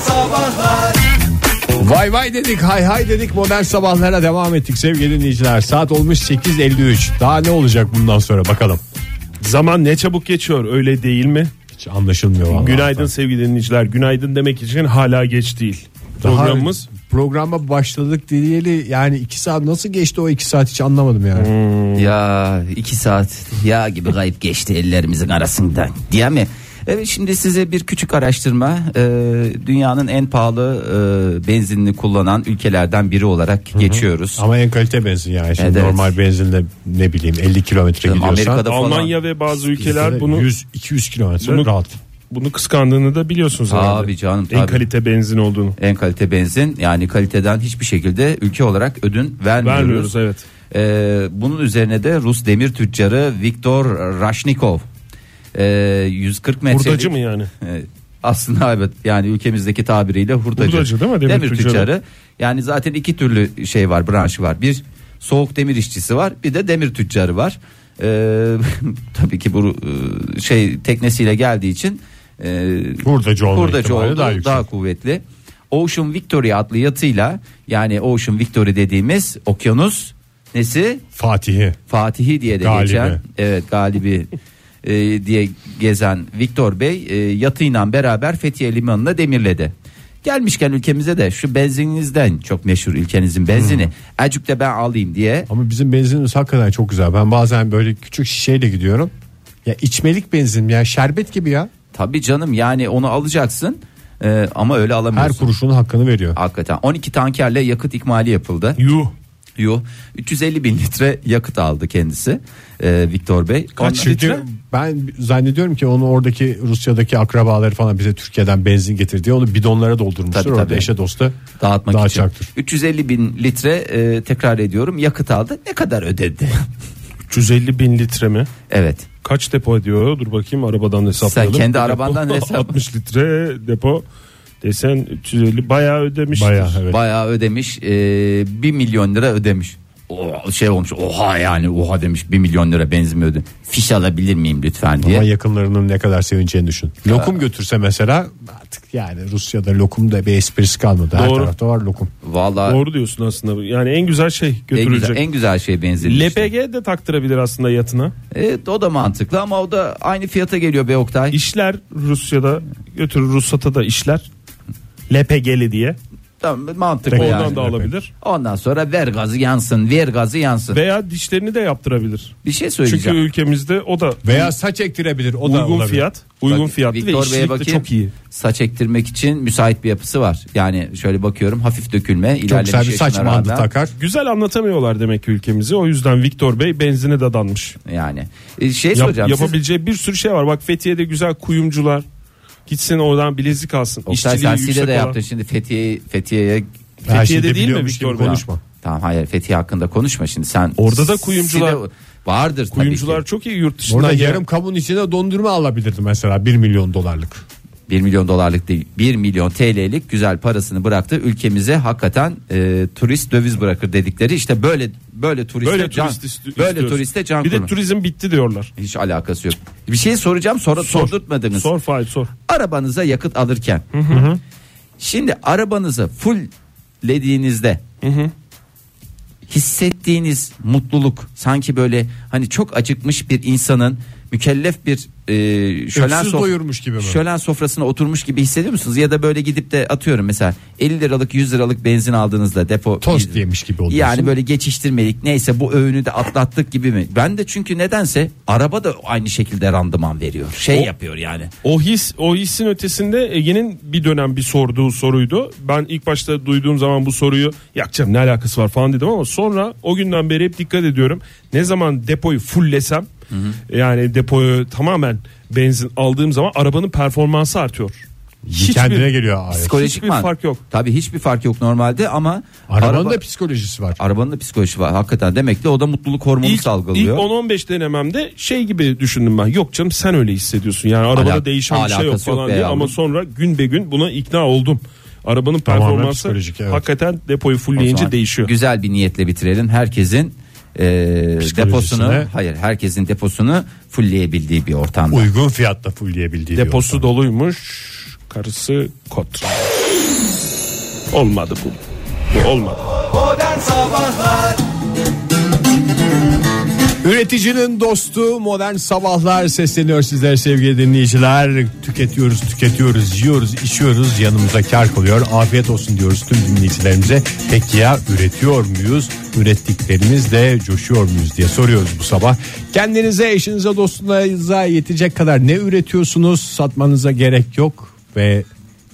Sabahlar Vay vay dedik hay hay dedik modern sabahlara devam ettik sevgili dinleyiciler. Saat olmuş 8.53 daha ne olacak bundan sonra bakalım. Zaman ne çabuk geçiyor öyle değil mi? Hiç anlaşılmıyor vallahi. Günaydın sevgili dinleyiciler. Günaydın demek için hala geç değil. Daha Programımız programa başladık diyeli yani 2 saat nasıl geçti o 2 saat hiç anlamadım yani. Hmm. Ya iki saat yağ gibi kayıp geçti ellerimizin arasından diye mi? Evet şimdi size bir küçük araştırma e, dünyanın en pahalı e, benzinini kullanan ülkelerden biri olarak geçiyoruz. Ama en kalite benzin yani. Şimdi Evet, evet. normal benzinle ne bileyim 50 kilometre Canım, gidiyorsan Amerika'da falan. Almanya ve bazı ülkeler bunu 100-200 kilometre Bunu- rahat. bunu kıskandığını da biliyorsunuz Tabii herhalde. canım, En tabii. kalite benzin olduğunu. En kalite benzin yani kaliteden hiçbir şekilde ülke olarak ödün vermiyoruz. Vermiyoruz evet. Ee, bunun üzerine de Rus demir tüccarı Viktor Rashnikov ee, 140 metrelik Hurdacı mı yani? Ee, aslında evet yani ülkemizdeki tabiriyle hurdacı. Hurdacı değil mi? Demir Demir, tüccarı. tüccarı. Yani zaten iki türlü şey var branşı var. Bir soğuk demir işçisi var bir de demir tüccarı var. Ee, tabii ki bu e, şey teknesiyle geldiği için e, Hurdacı olma Hurdacı ihtimali oldu, daha daha, yüksek. kuvvetli. Ocean Victory adlı yatıyla yani Ocean Victory dediğimiz okyanus nesi? Fatih'i. Fatih'i diye de Galibi. geçen evet galibi e, diye gezen Viktor Bey e, yatıyla beraber Fethiye limanına demirledi. Gelmişken ülkemize de şu benzininizden çok meşhur ülkenizin benzini Hmm. acık da ben alayım diye Ama bizim benzinimiz hakikaten çok güzel. Ben bazen böyle küçük şişeyle gidiyorum. Ya içmelik benzin ya şerbet gibi ya. tabi canım yani onu alacaksın e, ama öyle Her alamıyorsun. kuruşunun hakkını veriyor. Hakikaten 12 tankerle yakıt ikmali yapıldı. Yuh. Yuh 350 bin litre yakıt aldı kendisi e, Viktor Bey. Ondan- Çünkü ben zannediyorum ki onu oradaki Rusya'daki akrabaları falan bize Türkiye'den benzin getir diye onu bidonlara doldurmuşlar. Tabii, Orada tabii. eşe dosta dağıtmak için. dağıtacaktır. 350 bin litre e, tekrar ediyorum yakıt aldı. Ne kadar ödedi? 350 bin litre mi? evet. Kaç depo ediyor? Dur bakayım arabadan hesaplayalım. Sen kendi Bir depo arabandan hesap- 60 litre depo desen 350 bayağı ödemiştir. Bayağı evet. Bayağı ödemiş. E, 1 milyon lira ödemiş. O şey olmuş. Oha yani oha demiş 1 milyon lira benzin mi ödedi. Fiş alabilir miyim lütfen diye. Ama yakınlarının ne kadar sevineceğini düşün. Lokum götürse mesela artık yani Rusya'da lokumda bir esprisi kalmadı. Her Doğru. tarafta var lokum. Vallahi Doğru diyorsun aslında. Yani en güzel şey en götürülecek. güzel, en güzel şey benzin. işte. LPG de taktırabilir aslında yatına. Evet, o da mantıklı ama o da aynı fiyata geliyor be Oktay. İşler Rusya'da götürür ruhsata da işler. LPG'li diye. Tamam, mantıklı Oradan yani. da alabilir. Ondan sonra ver gazı yansın, ver gazı yansın. Veya dişlerini de yaptırabilir. bir şey Çünkü söyleyeceğim. ülkemizde o da Veya saç ektirebilir o da uygun olabilir. fiyat. Uygun Bak, fiyatlı ve Viktor Bey'e işçilik de bakayım. çok iyi. Saç ektirmek için müsait bir yapısı var. Yani şöyle bakıyorum hafif dökülme, Çok ilerlemiş güzel bir saç yaşına bandı rağmen. takar. Güzel anlatamıyorlar demek ki ülkemizi. O yüzden Viktor Bey benzine dadanmış. Yani E, şey Yap- soracağım. siz- yapabileceği bir sürü şey var. Bak Fethiye'de güzel kuyumcular. Gitsin oradan bilezik alsın. Oktay İşçiliği sen yüksek Side de olan- yaptın şimdi Fethiye Fethiye'ye Her şeyi Fethiye'de değil mi biliyormuş gibi Viktor Bey? konuşma. Tamam hayır Fethiye hakkında konuşma şimdi sen. Orada da kuyumcular- Side- vardır tabii Kuyumcular ki. çok iyi yurt dışından. Orada gelen- yarım kabın içine dondurma alabilirdi mesela 1 milyon dolarlık. 1 milyon dolarlık değil 1 milyon TL'lik güzel parasını bıraktı ülkemize hakikaten e, turist döviz bırakır dedikleri işte böyle böyle turiste Böyle can turist isti- böyle istiyoruz. turiste can Bir de kurban. turizm bitti diyorlar. Hiç alakası yok. Bir şey soracağım sonra sordurtmadınız. Sor Fahit sor. arabanıza yakıt alırken. Şimdi arabanızı fulllediğinizde hissettiğiniz mutluluk sanki böyle hani çok acıkmış bir insanın mükellef bir e, şölen, Öksüz sof- doyurmuş gibi mi? şölen sofrasına oturmuş gibi hissediyor musunuz? Ya da böyle gidip de atıyorum mesela 50 liralık 100 liralık benzin aldığınızda depo Tost yemiş gibi oluyorsun. yani böyle geçiştirmedik neyse bu öğünü de atlattık gibi mi? Ben de çünkü nedense araba da aynı şekilde randıman veriyor. Şey O- yapıyor yani. O his o hissin ötesinde Ege'nin bir dönem bir sorduğu soruydu. Ben ilk başta duyduğum zaman bu soruyu yakacağım ne alakası var falan dedim ama sonra o günden beri hep dikkat ediyorum. Ne zaman depoyu fulllesem yani depoyu tamamen benzin aldığım zaman arabanın performansı artıyor. Hiçbir, kendine geliyor ayet. Psikolojik Hiçbir mi? fark yok. Tabii hiçbir fark yok normalde ama Arabanın araba- da psikolojisi var. arabanın da psikolojisi var hakikaten. Demek ki o da mutluluk hormonu İlk, salgılıyor. ilk 10-15 denememde şey gibi düşündüm ben. Yok canım sen öyle hissediyorsun. Yani arabada Alak- değişen bir şey yok alakası yok falan be diye yavrum. ama sonra gün be gün buna ikna oldum. Arabanın Tamamen performansı psikolojik, evet. hakikaten depoyu O zaman fullleyince değişiyor. Güzel bir niyetle bitirelim. Herkesin e, Psikolojisine- deposunu hayır herkesin deposunu fullleyebildiği bir ortamda. Uygun fiyatta fullleyebildiği Deposu diyor. doluymuş. Karısı kot. Olmadı bu. Bu Olmadı. Modern Sabahlar Üreticinin dostu modern sabahlar sesleniyor sizlere sevgili dinleyiciler. Tüketiyoruz, tüketiyoruz, yiyoruz, içiyoruz, yanımıza kar kalıyor. Afiyet olsun diyoruz tüm dinleyicilerimize. Peki ya üretiyor muyuz? Ürettiklerimizle coşuyor muyuz diye soruyoruz bu sabah. Kendinize, eşinize, dostunuza yetecek kadar ne üretiyorsunuz? Satmanıza gerek yok ve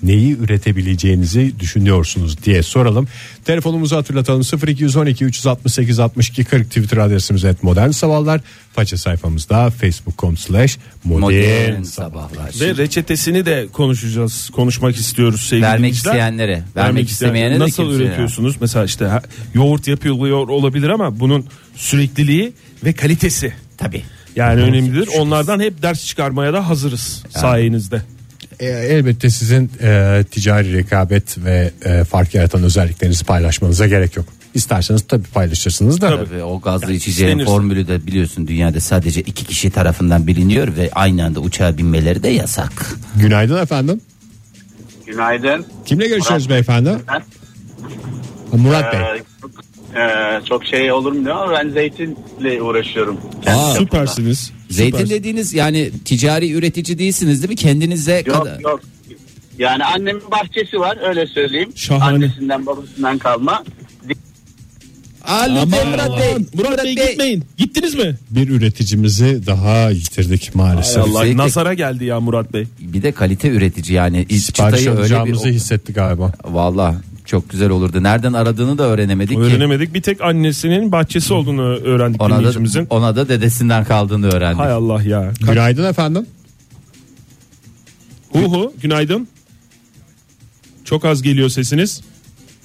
neyi üretebileceğinizi düşünüyorsunuz diye soralım. Telefonumuzu hatırlatalım 0212 368 62 40 Twitter adresimiz et modern sabahlar. Faça sayfamızda facebook.com slash modern Modern sabahlar. Ve reçetesini de konuşacağız. Konuşmak istiyoruz sevgili Vermek dinleyiciler. isteyenlere, vermek isteyen- istemeyene de Nasıl kimseye. üretiyorsunuz? Mesela işte ha- yoğurt yapılıyor olabilir ama bunun sürekliliği ve kalitesi. Tabii. Yani önemlidir. Onlardan hep ders çıkarmaya da hazırız sayenizde. E, elbette sizin e, ticari rekabet ve e, fark yaratan özelliklerinizi paylaşmanıza gerek yok. İsterseniz tabii paylaşırsınız da. Tabii o gazlı içeceğin istenirse. formülü de biliyorsun dünyada sadece iki kişi tarafından biliniyor ve aynı anda uçağa binmeleri de yasak. Günaydın efendim. Günaydın. Kimle görüşüyoruz beyefendi? Ben. Ha, Murat Bey. Ee, eee, çok şey olur mu diyor ama ben zeytinle uğraşıyorum. Aa. Kendi yapımda. Süpersiniz. Zeytin Süpersiniz. dediğiniz yani ticari üretici değilsiniz değil mi? Kendinize kadar. Yok yok. Yani annemin bahçesi var öyle söyleyeyim. Şahane. Annesinden babasından kalma. Aa, lütfen Murat Bey. Murat Bey gitmeyin. Gittiniz mi? Bir üreticimizi daha yitirdik maalesef. Allah Zeytin- Nasara geldi ya Murat Bey. Bir de kalite üretici yani. İlk Sipariş çıtayı öyle bir... alacağımızı hissetti galiba. Valla çok güzel olurdu. Nereden aradığını da öğrenemedik ki. Öğrenemedik. Bir tek annesinin bahçesi olduğunu öğrendik Ona da, dinleyicimizin. ona da dedesinden kaldığını öğrendik. Hay Allah ya. Günaydın efendim. Hu hu günaydın. Çok az geliyor sesiniz.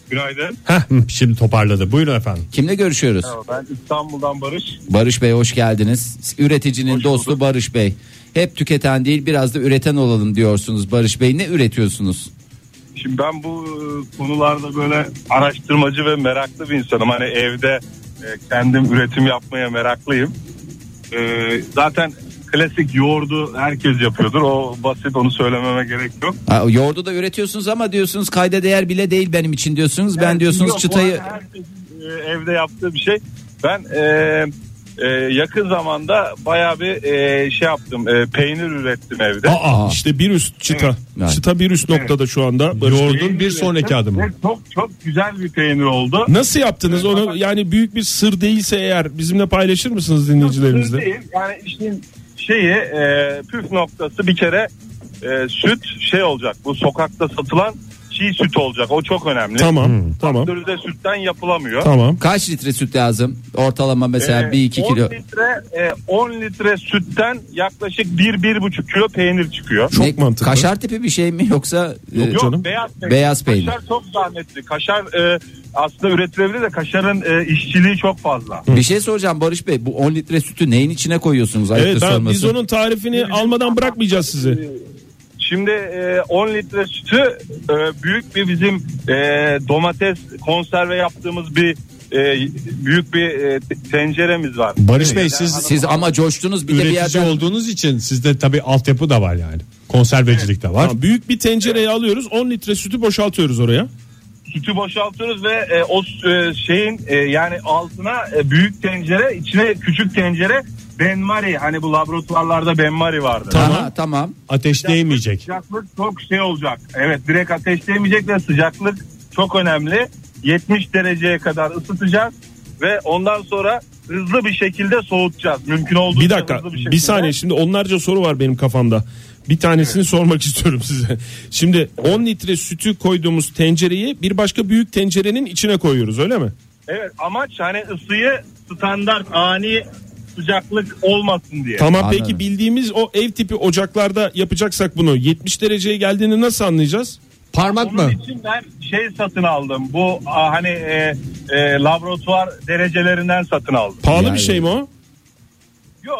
Günaydın. Heh, şimdi toparladı. Buyurun efendim. Kimle görüşüyoruz? Ben İstanbul'dan Barış. Barış Bey hoş geldiniz. Üreticinin dostu Barış Bey. Hep tüketen değil biraz da üreten olalım diyorsunuz Barış Bey. Ne üretiyorsunuz? Şimdi ben bu e, konularda böyle araştırmacı ve meraklı bir insanım. Hani evde e, kendim üretim yapmaya meraklıyım. E, Zaten klasik yoğurdu herkes yapıyordur. O basit onu söylememe gerek yok. Ha, yoğurdu da üretiyorsunuz ama diyorsunuz kayda değer bile değil benim için diyorsunuz. Ben diyorsunuz Ee, Yok, bu çıtayı arada herkesin, e, evde yaptığı bir şey. Ben e, e, yakın zamanda bayağı bir e, şey yaptım. E, peynir ürettim evde. Aa, İşte bir üst çıta. Yani. Çıta bir üst noktada şu anda. Barış Bey. yoğurdun bir sonraki Ve adımı. Çok çok güzel bir peynir oldu. Nasıl yaptınız onu? Yani büyük bir sır değilse eğer bizimle paylaşır mısınız Sır dinleyicilerimizle? değil. Yani işin şeyi e, püf noktası bir kere e, süt şey olacak. Bu sokakta satılan çiğ süt olacak. O çok önemli. Tamam. Hmm. Tamam. Sürüde sütten yapılamıyor. Tamam. kaç litre süt lazım? Ortalama mesela E, 1-2 kilo. 10 litre, e, 10 litre sütten yaklaşık 1-1,5 kilo peynir çıkıyor. Çok Ne, mantıklı. Kaşar tipi bir şey mi yoksa e, Yok canım. beyaz peynir. Beyaz peynir. Kaşar çok zahmetli. Kaşar e, aslında üretilebilir de kaşarın e, işçiliği çok fazla. bir şey soracağım Barış Bey. Bu 10 litre sütü neyin içine koyuyorsunuz? Evet, Ayıptır ben, sorması. biz onun tarifini almadan bırakmayacağız sizi. Şimdi e, 10 litre sütü e, büyük bir bizim e, domates konserve yaptığımız bir e, büyük bir e, te- tenceremiz var. Barış Bey siz Siz ama coştunuz bir de bir üretici yerden olduğunuz için sizde tabii altyapı da var yani. Konservecilik de var. Tamam, büyük bir tencereye alıyoruz. 10 litre sütü boşaltıyoruz oraya. Sütü boşaltıyoruz ve e, o e, şeyin e, yani altına e, büyük tencere içine küçük tencere benmari hani bu laboratuvarlarda benmari vardı. Aha, tamam. Ateş değmeyecek. Sıcaklık çok şey olacak. Evet direkt ateşleyemeyecek ve sıcaklık çok önemli. 70 dereceye kadar ısıtacağız ve ondan sonra hızlı bir şekilde soğutacağız. Mümkün olduğunca Bir dakika hızlı bir, şekilde. saniye şimdi onlarca soru var benim kafamda. Bir tanesini sormak istiyorum size. Şimdi 10 litre sütü koyduğumuz tencereyi bir başka büyük tencerenin içine koyuyoruz öyle mi? Evet amaç hani ısıyı standart ani sıcaklık olmasın diye. Tamam Anladım. peki bildiğimiz o ev tipi ocaklarda yapacaksak bunu 70 dereceye geldiğini nasıl anlayacağız? Parmak Onun mı? için ben şey satın aldım. Bu a, hani e, e, laboratuvar derecelerinden satın aldım. Pahalı Yani. bir şey mi o? Yo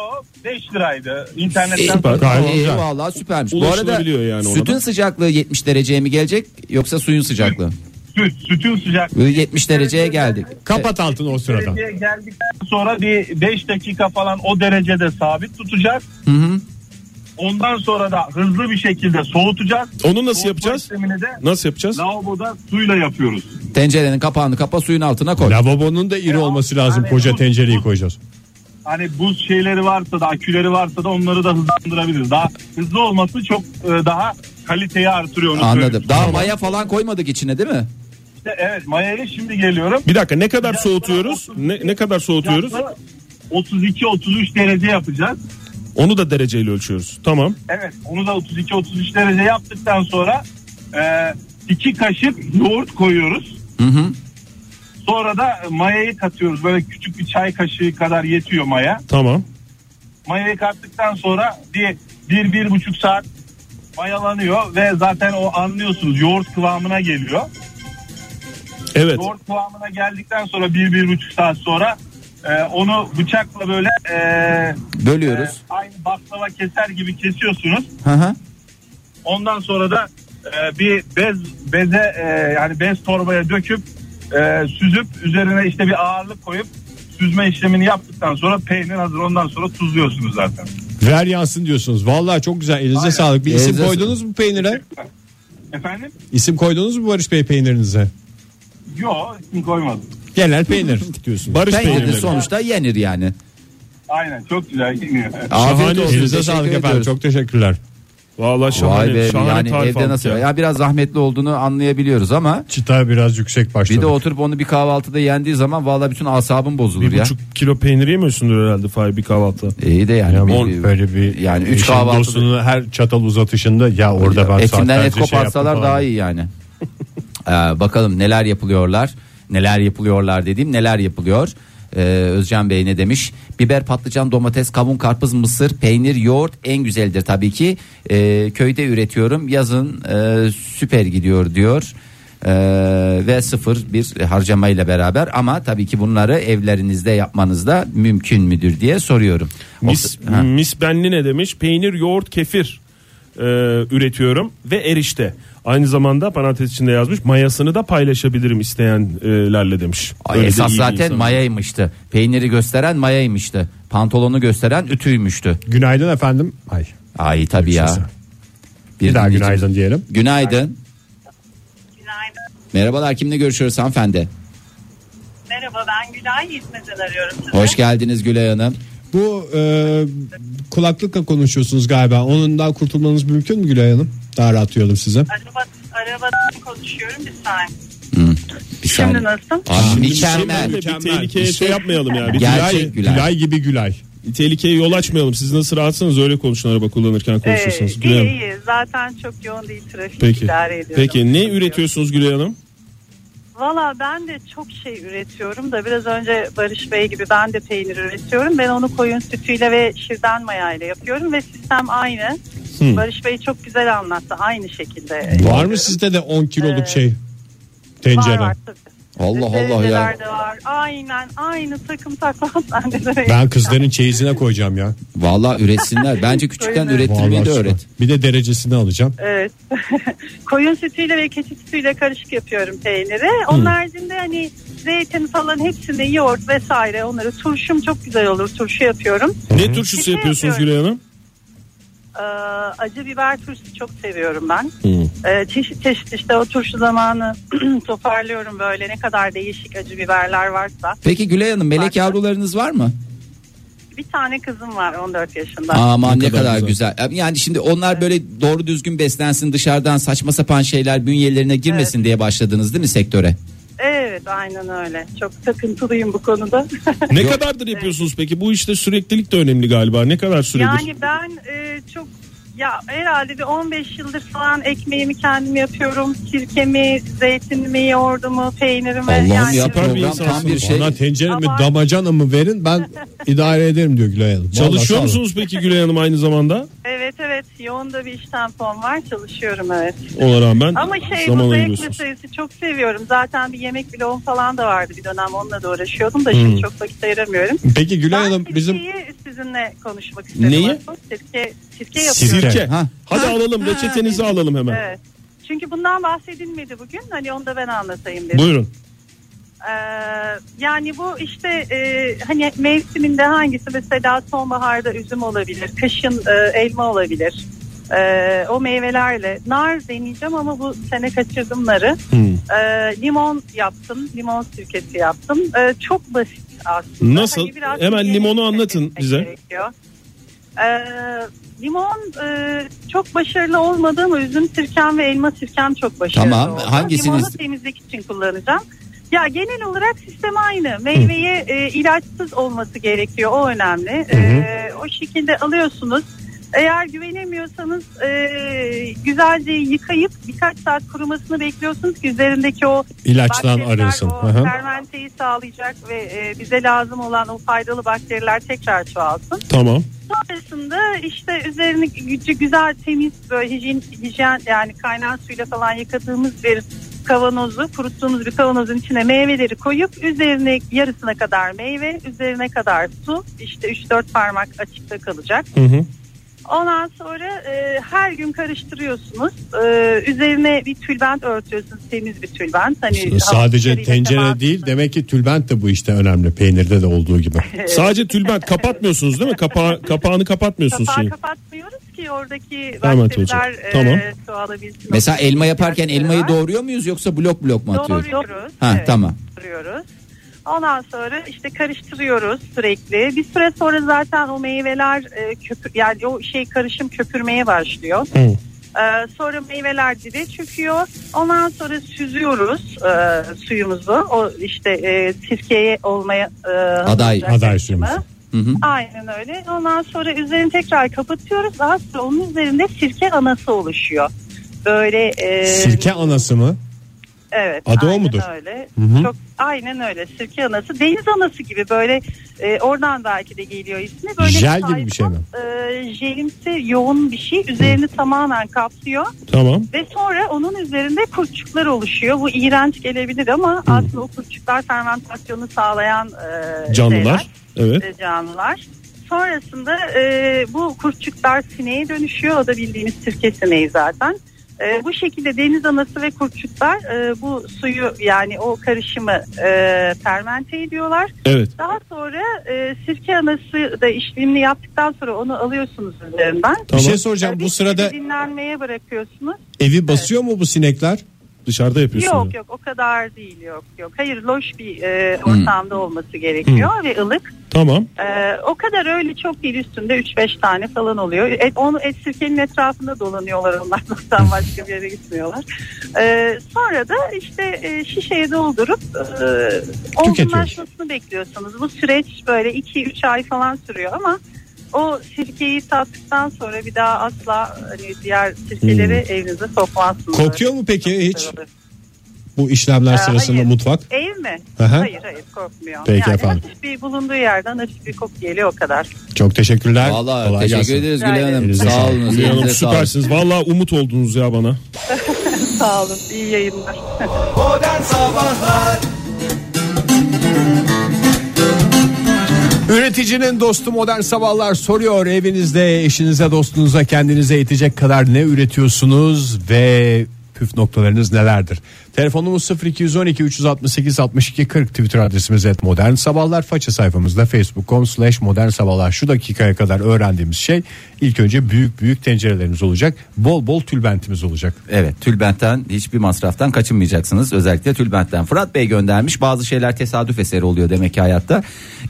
5 liraydı. İnternetten Süper. satın aldım. Gayet güzel. Valla süpermiş. Bu arada Ulaşılabiliyor yani ona sütün da. sıcaklığı 70 dereceye mi gelecek yoksa suyun sıcaklığı? Süt, sütün Ee, sıcaklığı. 70 dereceye geldik. Kapat altını o sırada. dereceye geldikten sonra bir 5 dakika falan o derecede sabit tutacak. Ondan sonra da hızlı bir şekilde soğutacağız. Onu nasıl Soğutma yapacağız? işlemini de Nasıl yapacağız? lavaboda suyla yapıyoruz. Tencerenin kapağını kapa suyun altına koy. Lavabonun da iri olması lazım. Yani Koca bu- tencereyi bu- koyacağız. Hani buz şeyleri varsa da aküleri varsa da onları da hızlandırabiliriz. Daha hızlı olması çok e, daha kaliteyi artırıyor. onu Anladım. söyleyeyim. Daha maya falan koymadık içine değil mi? İşte evet mayaya şimdi geliyorum. Bir dakika ne kadar Biraz soğutuyoruz? sonra Ne, ne kadar soğutuyoruz? 32-33 derece yapacağız. Onu da dereceyle ölçüyoruz. Tamam. Evet onu da 32-33 derece yaptıktan sonra e, iki kaşık yoğurt koyuyoruz. Hı hı. Sonra da mayayı katıyoruz. Böyle küçük bir çay kaşığı kadar yetiyor maya. Tamam. Mayayı kattıktan sonra diye bir, bir buçuk saat mayalanıyor ve zaten o anlıyorsunuz yoğurt kıvamına geliyor. Evet. Yoğurt kıvamına geldikten sonra bir, bir buçuk saat sonra e, onu bıçakla böyle e, e, Bölüyoruz. aynı baklava keser gibi kesiyorsunuz. Hı hı. Ondan sonra da e, bir bez beze e, yani bez torbaya döküp e, süzüp üzerine işte bir ağırlık koyup süzme işlemini yaptıktan sonra peynir hazır. Ondan sonra tuzluyorsunuz zaten. Ver yansın diyorsunuz. Vallahi çok güzel. Elinize Aynen. sağlık. Bir isim Elinize- koydunuz mu peynire? Efendim? İsim koydunuz mu Barış Bey peynirinize? Yok isim koymadım. Genel peynir diyorsunuz. Barış Peynir de peynirleri. sonuçta yenir yani. Aynen çok güzel. Afiyet Şahane. olsun. Elinize Teşekkür sağlık ediyoruz. efendim. Çok teşekkürler. Vallahi Vay şahane. be şahane yani tarif evde aldık nasıl ya. ya. biraz zahmetli olduğunu anlayabiliyoruz ama Çıta biraz yüksek başladı. bir de oturup onu bir kahvaltıda yendiği zaman valla bütün asabım bozulur Bir ya. buçuk kilo peynir yemiyorsundur herhalde Fahir bir kahvaltı. İyi de yani Yani bir- on- bir- böyle bir yani üç eşin kahvaltıda- dostunu her çatal uzatışında ya orada ben etinden saatlerce et şey yaptım koparsalar falan. daha iyi yani. Ee, bakalım neler yapılıyorlar. Neler yapılıyorlar dediğim neler yapılıyor. Ee, Özcan Bey ne demiş? Biber, patlıcan, domates, kavun, karpuz, mısır, peynir, yoğurt en güzeldir tabii ki. Ee, köyde üretiyorum. Yazın e, süper gidiyor diyor. Ee, ve sıfır bir harcamayla beraber ama tabii ki bunları evlerinizde yapmanız da mümkün müdür diye soruyorum. Mis, O- Ha. mis Benli ne demiş? Peynir, yoğurt, kefir e, üretiyorum ve erişte. Aynı zamanda parantez içinde yazmış mayasını da paylaşabilirim isteyenlerle demiş. Ay, Öyle de esas iyi bir zaten insan. mayaymıştı. Peyniri gösteren mayaymıştı. Pantolonu gösteren ütüymüştü. Günaydın efendim. Ay. Ay tabii Yoksa sen. ya. Bir, daha dinleyicimiz- günaydın diyelim. Günaydın. Günaydın. Merhabalar kimle görüşüyoruz hanımefendi? Merhaba ben Gülay İzmit'ten arıyorum sizi. Hoş geldiniz Gülay Hanım. Bu e, kulaklıkla konuşuyorsunuz galiba. Onundan kurtulmanız mümkün mü Gülay Hanım? Daha rahat duyalım size. Araba, arabadan konuşuyorum bir saniye. Bir Şimdi saniye. Ah, nasıl? Aa, Şimdi mükemmel. de bir tehlikeye şey yapmayalım yani. Bir Gerçek Gerçek. Gülay. Gülay gibi Gülay. tehlikeye yol açmayalım. Siz nasıl rahatsınız öyle konuşun araba kullanırken konuşursanız. Ee, Gülay iyi Hanım. iyi zaten çok yoğun değil trafik Peki. idare ediyorum. Peki ne üretiyorsunuz Gülay Hanım? Valla ben de çok şey üretiyorum da biraz önce Barış Bey gibi ben de peynir üretiyorum. Ben onu koyun sütüyle ve şirden mayayla yapıyorum ve sistem aynı. Barış Bey çok güzel anlattı aynı şekilde. Var yapıyorum. mı sizde de 10 kiloluk Evet. şey? Var Tencere. var tabii. Allah Allah ya. Tencereler de var. Aynen aynı takım taklas bende de. Ben kızların çeyizine koyacağım ya. Vallahi üretsinler. Bence küçükten Buyurun. üretilmeyi Vallahi de süper. öğret. Bir de derecesini alacağım. Evet. Koyun sütüyle ve keçi sütüyle karışık yapıyorum peyniri. Onun haricinde hani zeytin falan hepsini yoğurt vesaire onları turşum çok güzel olur. Turşu yapıyorum. Ne turşusu Şey yapıyorsunuz yapıyorum. Gülay Hanım? Ee, acı biber turşusu çok seviyorum ben. Ee, çeşit çeşit işte o turşu zamanı toparlıyorum böyle ne kadar değişik acı biberler varsa. Peki Gülay Hanım melek Başka? yavrularınız var mı? Bir tane kızım var 14 yaşında. Aman ne kadar güzel. Yani şimdi onlar böyle doğru düzgün beslensin dışarıdan saçma sapan şeyler bünyelerine girmesin diye başladınız değil mi sektöre? Evet aynen öyle. Çok takıntılıyım bu konuda. Ne kadardır yapıyorsunuz peki? Bu işte süreklilik de önemli galiba. Ne kadar süredir? Yani ben e, çok ya herhalde bir 15 yıldır falan ekmeğimi kendim yapıyorum. Sirkemi, zeytinimi, yoğurdumu, peynirimi. Allah'ım yani ya süper bir program tam insansınız. bir şey. Bana tencere mi Ama- damacana mı verin ben idare ederim diyor Gülay Hanım. Vallahi sağ Çalışıyor olun. musunuz peki Gülay Hanım aynı zamanda? Evet evet yoğun da bir iş tempom var çalışıyorum evet. Ona rağmen Ama şey zaman bu zevk ayırıyorsunuz. meselesi çok seviyorum. Zaten bir yemek bloğum falan da vardı bir dönem onunla da uğraşıyordum da şimdi çok vakit ayıramıyorum. Peki Gülay Hanım ben şey- bizim sirkeyi sizinle konuşmak istedim. Neyi? asıl. Sirke, sirke yapıyorum. Sirke. Ha. Hadi alalım reçetenizi alalım hemen. Evet. Çünkü bundan bahsedilmedi bugün. Hani onu da ben anlatayım dedim. Buyurun. Ee, Ee, yani bu işte e, hani mevsiminde hangisi mesela sonbaharda üzüm olabilir, kışın e, elma olabilir. Ee, o meyvelerle nar deneyeceğim ama bu sene kaçırdım narı. Ee, limon yaptım, limon sirkesi yaptım. Ee, çok basit aslında. Hani Nasıl? biraz Hemen yeni limonu anlatın etmek bize. gerekiyor. Ee, limon e, çok başarılı olmadı ama üzüm sirkem ve elma sirkem çok başarılı Tamam, oldu. hangisiniz- Limonu temizlik için kullanacağım. Ya genel olarak sistem aynı. Meyveye e, ilaçsız olması gerekiyor. O önemli. E, o şekilde alıyorsunuz. Eğer güvenemiyorsanız e, güzelce yıkayıp birkaç saat kurumasını bekliyorsunuz ki üzerindeki o İlaçtan bakteriler, arıyorsun. O Aha. fermenteyi sağlayacak ve e, bize lazım olan o faydalı bakteriler tekrar çoğalsın. Tamam. Sonrasında işte üzerini gü- güzel temiz böyle hijyen, hijyen yani kaynar suyla falan yıkadığımız bir kavanozu kuruttuğumuz bir kavanozun içine meyveleri koyup üzerine yarısına kadar meyve üzerine kadar su işte 3-4 parmak açıkta kalacak. Hı hı. Ondan sonra e, her gün karıştırıyorsunuz. E, üzerine bir tülbent örtüyorsunuz temiz bir tülbent. Hani Sadece hava tencere temasını- değil demek ki tülbent de bu işte önemli peynirde de olduğu gibi. Sadece tülbent kapatmıyorsunuz değil mi? Kapa kapağını kapatmıyorsunuz Kapağı şeyin. kapatmıyoruz ki oradaki Fermente bakteriler olacak. e, Tamam. çoğalabilsin. Mesela elma yaparken Bakteriler elmayı var. doğruyor muyuz yoksa blok blok mu atıyoruz? Doğruyoruz. Ha evet, tamam. Doğruyoruz. Ondan sonra işte karıştırıyoruz sürekli. Bir süre sonra zaten o meyveler e, köpür, yani o şey karışım köpürmeye başlıyor. E, sonra meyveler dile çöküyor. Ondan sonra süzüyoruz e, suyumuzu. O işte e, sirkeye olmaya e, hazırlayacak aday karışımı. suyumuzu. Hı hı. Aynen öyle. Ondan sonra üzerini tekrar kapatıyoruz. Daha sonra onun üzerinde sirke anası oluşuyor. Böyle e, Sirke anası mı? Evet. Adı o aynen mudur? Öyle. hı. Çok aynen öyle. Sirke anası, deniz anası gibi böyle e, oradan belki de geliyor ismi. Böyle Jel gibi bir şey mi? sayfa, e, jelimsi yoğun bir şey üzerini tamamen kaplıyor Tamam. ve sonra onun üzerinde kurtçuklar oluşuyor. Bu iğrenç gelebilir ama aslında o kurtçuklar fermentasyonu sağlayan e, Canlılar. şeyler, Evet. e, canlılar. Sonrasında e, bu kurtçuklar sineğe dönüşüyor. O da bildiğimiz sirke sineği zaten. E, bu şekilde deniz anası ve kurtçuklar e, bu suyu yani o karışımı e, fermente ediyorlar. Evet. Daha sonra e, sirke anası da işlemini yaptıktan sonra onu alıyorsunuz üzerinden. E, Bir şey Tamam. soracağım Bir bu sırada dinlenmeye bırakıyorsunuz. evi basıyor mu bu sinekler? Dışarıda yapıyorsunuz. Yok yok o kadar değil yok yok. Hayır loş bir e, Hmm. ortamda olması gerekiyor ve ılık. Tamam. E, o kadar öyle çok değil üstünde 3-5 tane falan oluyor. Et, onu et sirkenin etrafında dolanıyorlar onlar zaten başka bir yere gitmiyorlar. E, sonra da işte e, şişeye doldurup e, olgunlaşmasını bekliyorsunuz. Bu süreç böyle 2-3 ay falan sürüyor ama o sirkeyi tattıktan sonra bir daha asla hani diğer sirkeleri evinize sokmazsınız. Kokuyor mu Hmm. peki hiç Sarılır. bu işlemler Ee, sırasında hayır. mutfak? Ev mi? Aha. Hayır hayır korkmuyor. Peki yani efendim. hafif bir bulunduğu yerden hafif bir koku geliyor o kadar. Çok teşekkürler. Vallahi Kolay teşekkür gelsin. ederiz Rica Gülay Hanım. ederiz. Sağ olun. Gülay Hanım Elinize sağlık. süpersiniz. Vallahi umut oldunuz ya bana. Sağ olun iyi yayınlar. Modern Sabahlar Üreticinin dostu modern sabahlar soruyor evinizde eşinize dostunuza kendinize yetecek kadar ne üretiyorsunuz ve püf noktalarınız nelerdir? Telefonumuz 0212 368 62 40 Twitter adresimiz et modern sabahlar faça sayfamızda facebook.com slash modern sabahlar şu dakikaya kadar öğrendiğimiz şey ilk önce büyük büyük tencerelerimiz olacak bol bol tülbentimiz olacak. Evet tülbentten hiçbir masraftan kaçınmayacaksınız özellikle tülbentten. Fırat Bey göndermiş bazı şeyler tesadüf eseri oluyor demek ki hayatta.